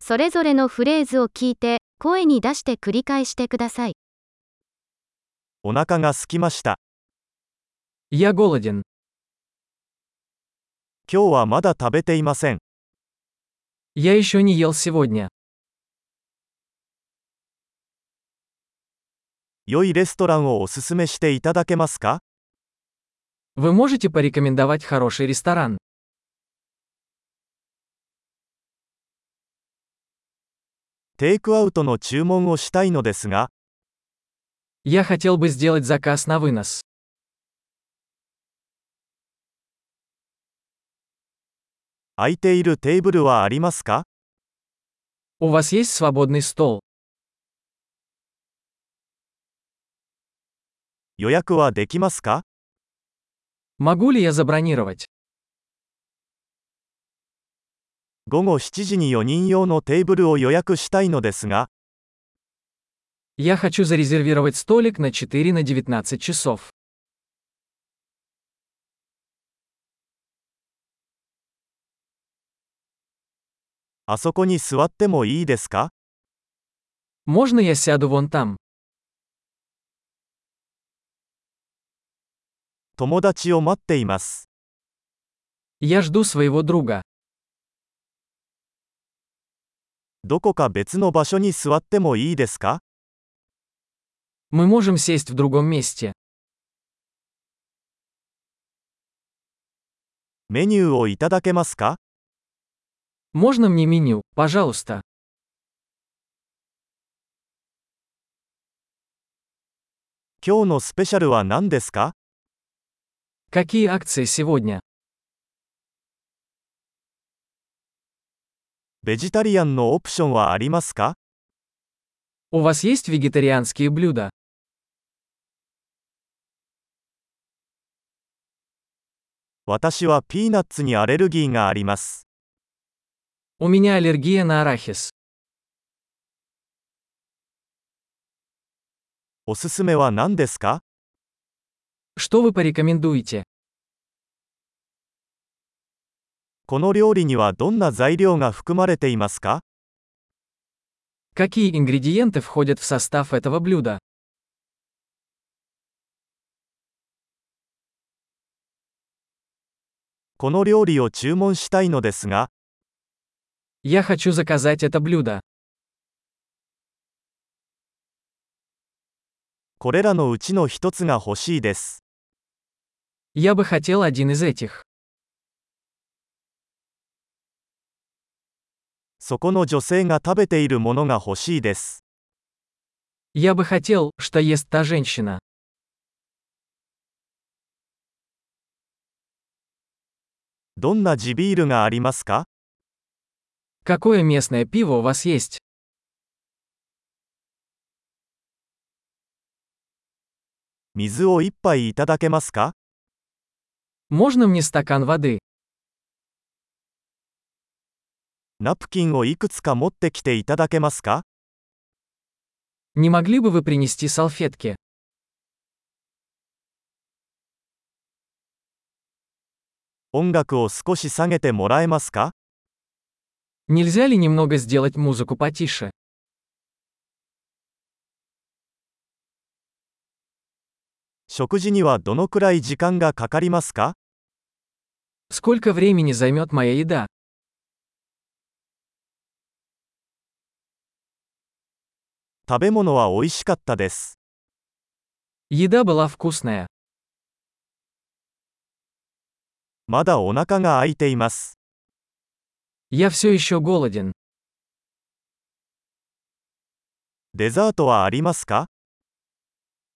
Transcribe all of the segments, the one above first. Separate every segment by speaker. Speaker 1: それぞれのフレーズを聞いて、声に出して繰り返してください。
Speaker 2: お腹が空きました
Speaker 3: Я голоден.
Speaker 2: 今日はまだ食べていません
Speaker 3: Я еще не ел сегодня.
Speaker 2: 良いレストランをおすすめしていただけますか
Speaker 3: Вы можете порекомендовать хороший ресторан?
Speaker 2: テイクアウトの注文をしたいのですが
Speaker 3: Я хотел бы сделать заказ на вынос.
Speaker 2: 空いているテーブルはありますか
Speaker 3: У вас есть свободный стол?
Speaker 2: 予約はできますか
Speaker 3: Могу ли я забронировать?
Speaker 2: 午後7時に4人用のテーブルを予約したいのですが
Speaker 3: Я хочу зарезервировать столик на 4 на 19 часов.
Speaker 2: あそこに座ってもいいですか
Speaker 3: Можно я сяду вон там?
Speaker 2: 友達を待っています
Speaker 3: Я жду своего друга.
Speaker 2: どこか別の場所に座ってもいいですか
Speaker 3: Мы можем сесть в другом месте.
Speaker 2: メニューをいただけますか
Speaker 3: Можно мне меню, пожалуйста?
Speaker 2: 今日のスペシャルは何ですか
Speaker 3: Какие акции сегодня?
Speaker 2: ベジタリアンのオプションはありますか
Speaker 3: У вас есть вегетарианские блюда?
Speaker 2: 私はピーナッツにアレルギーがあります。
Speaker 3: У меня аллергия на арахис.
Speaker 2: おすすめは何ですか
Speaker 3: Что вы порекомендуете?
Speaker 2: この料理にはどんな材料が含まれていますか
Speaker 3: Какие ингредиенты входят в состав этого блюда?
Speaker 2: この料理を注文したいのですが、
Speaker 3: Я хочу заказать это блюдо.
Speaker 2: これらのうちの一つが欲しいです。
Speaker 3: Я бы хотел один из этих.
Speaker 2: そこの女性が食べているものが欲しいです。
Speaker 3: Я бы хотел, что ест та женщина.
Speaker 2: どんな地ビールがありますか
Speaker 3: Какое местное пиво у вас есть?
Speaker 2: 水を一杯いただけますか
Speaker 3: Можно мне стакан воды?
Speaker 2: ナプキンをいくつか持ってきていただけますか
Speaker 3: Не могли бы вы принести салфетки?
Speaker 2: 音楽を少し下げてもらえますか
Speaker 3: Нельзя ли немного сделать музыку потише?
Speaker 2: 食事にはどのくらい時間がかかりますか
Speaker 3: Сколько времени займет моя еда?
Speaker 2: 食べ物は美味しかったです。
Speaker 3: Еда была вкусная.
Speaker 2: まだお腹が空いています。
Speaker 3: Я все еще голоден.
Speaker 2: デザートはありますか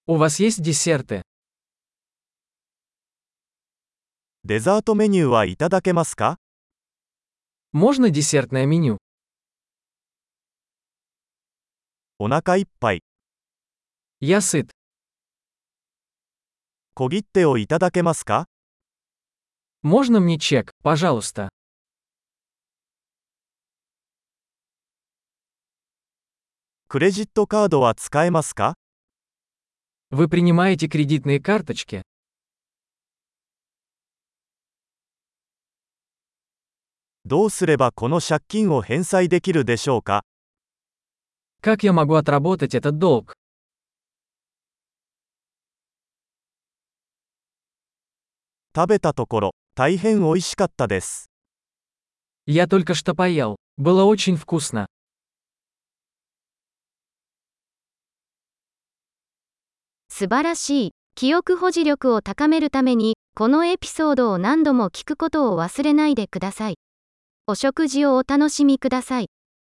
Speaker 3: У вас есть десерты?
Speaker 2: デザートメニューはいただけますか
Speaker 3: Можно десертное меню?
Speaker 2: お腹いっぱい。
Speaker 3: Я сыт.
Speaker 2: 小切手をいただけますか
Speaker 3: Можно мне чек, пожалуйста?
Speaker 2: クレジットカードは使えますか
Speaker 3: Вы принимаете кредитные карточки?
Speaker 2: どうすればこの借金を返済できるでしょうか
Speaker 3: Как я могу отработать этот долг?
Speaker 2: 食べたところ、大変美味しかったです。
Speaker 3: Я только что поел. Было очень вкусно.
Speaker 1: 素晴らしい。記憶保持力を高めるために、このエピソードを何度も聞くことを忘れないでください。お食事をお楽しみください。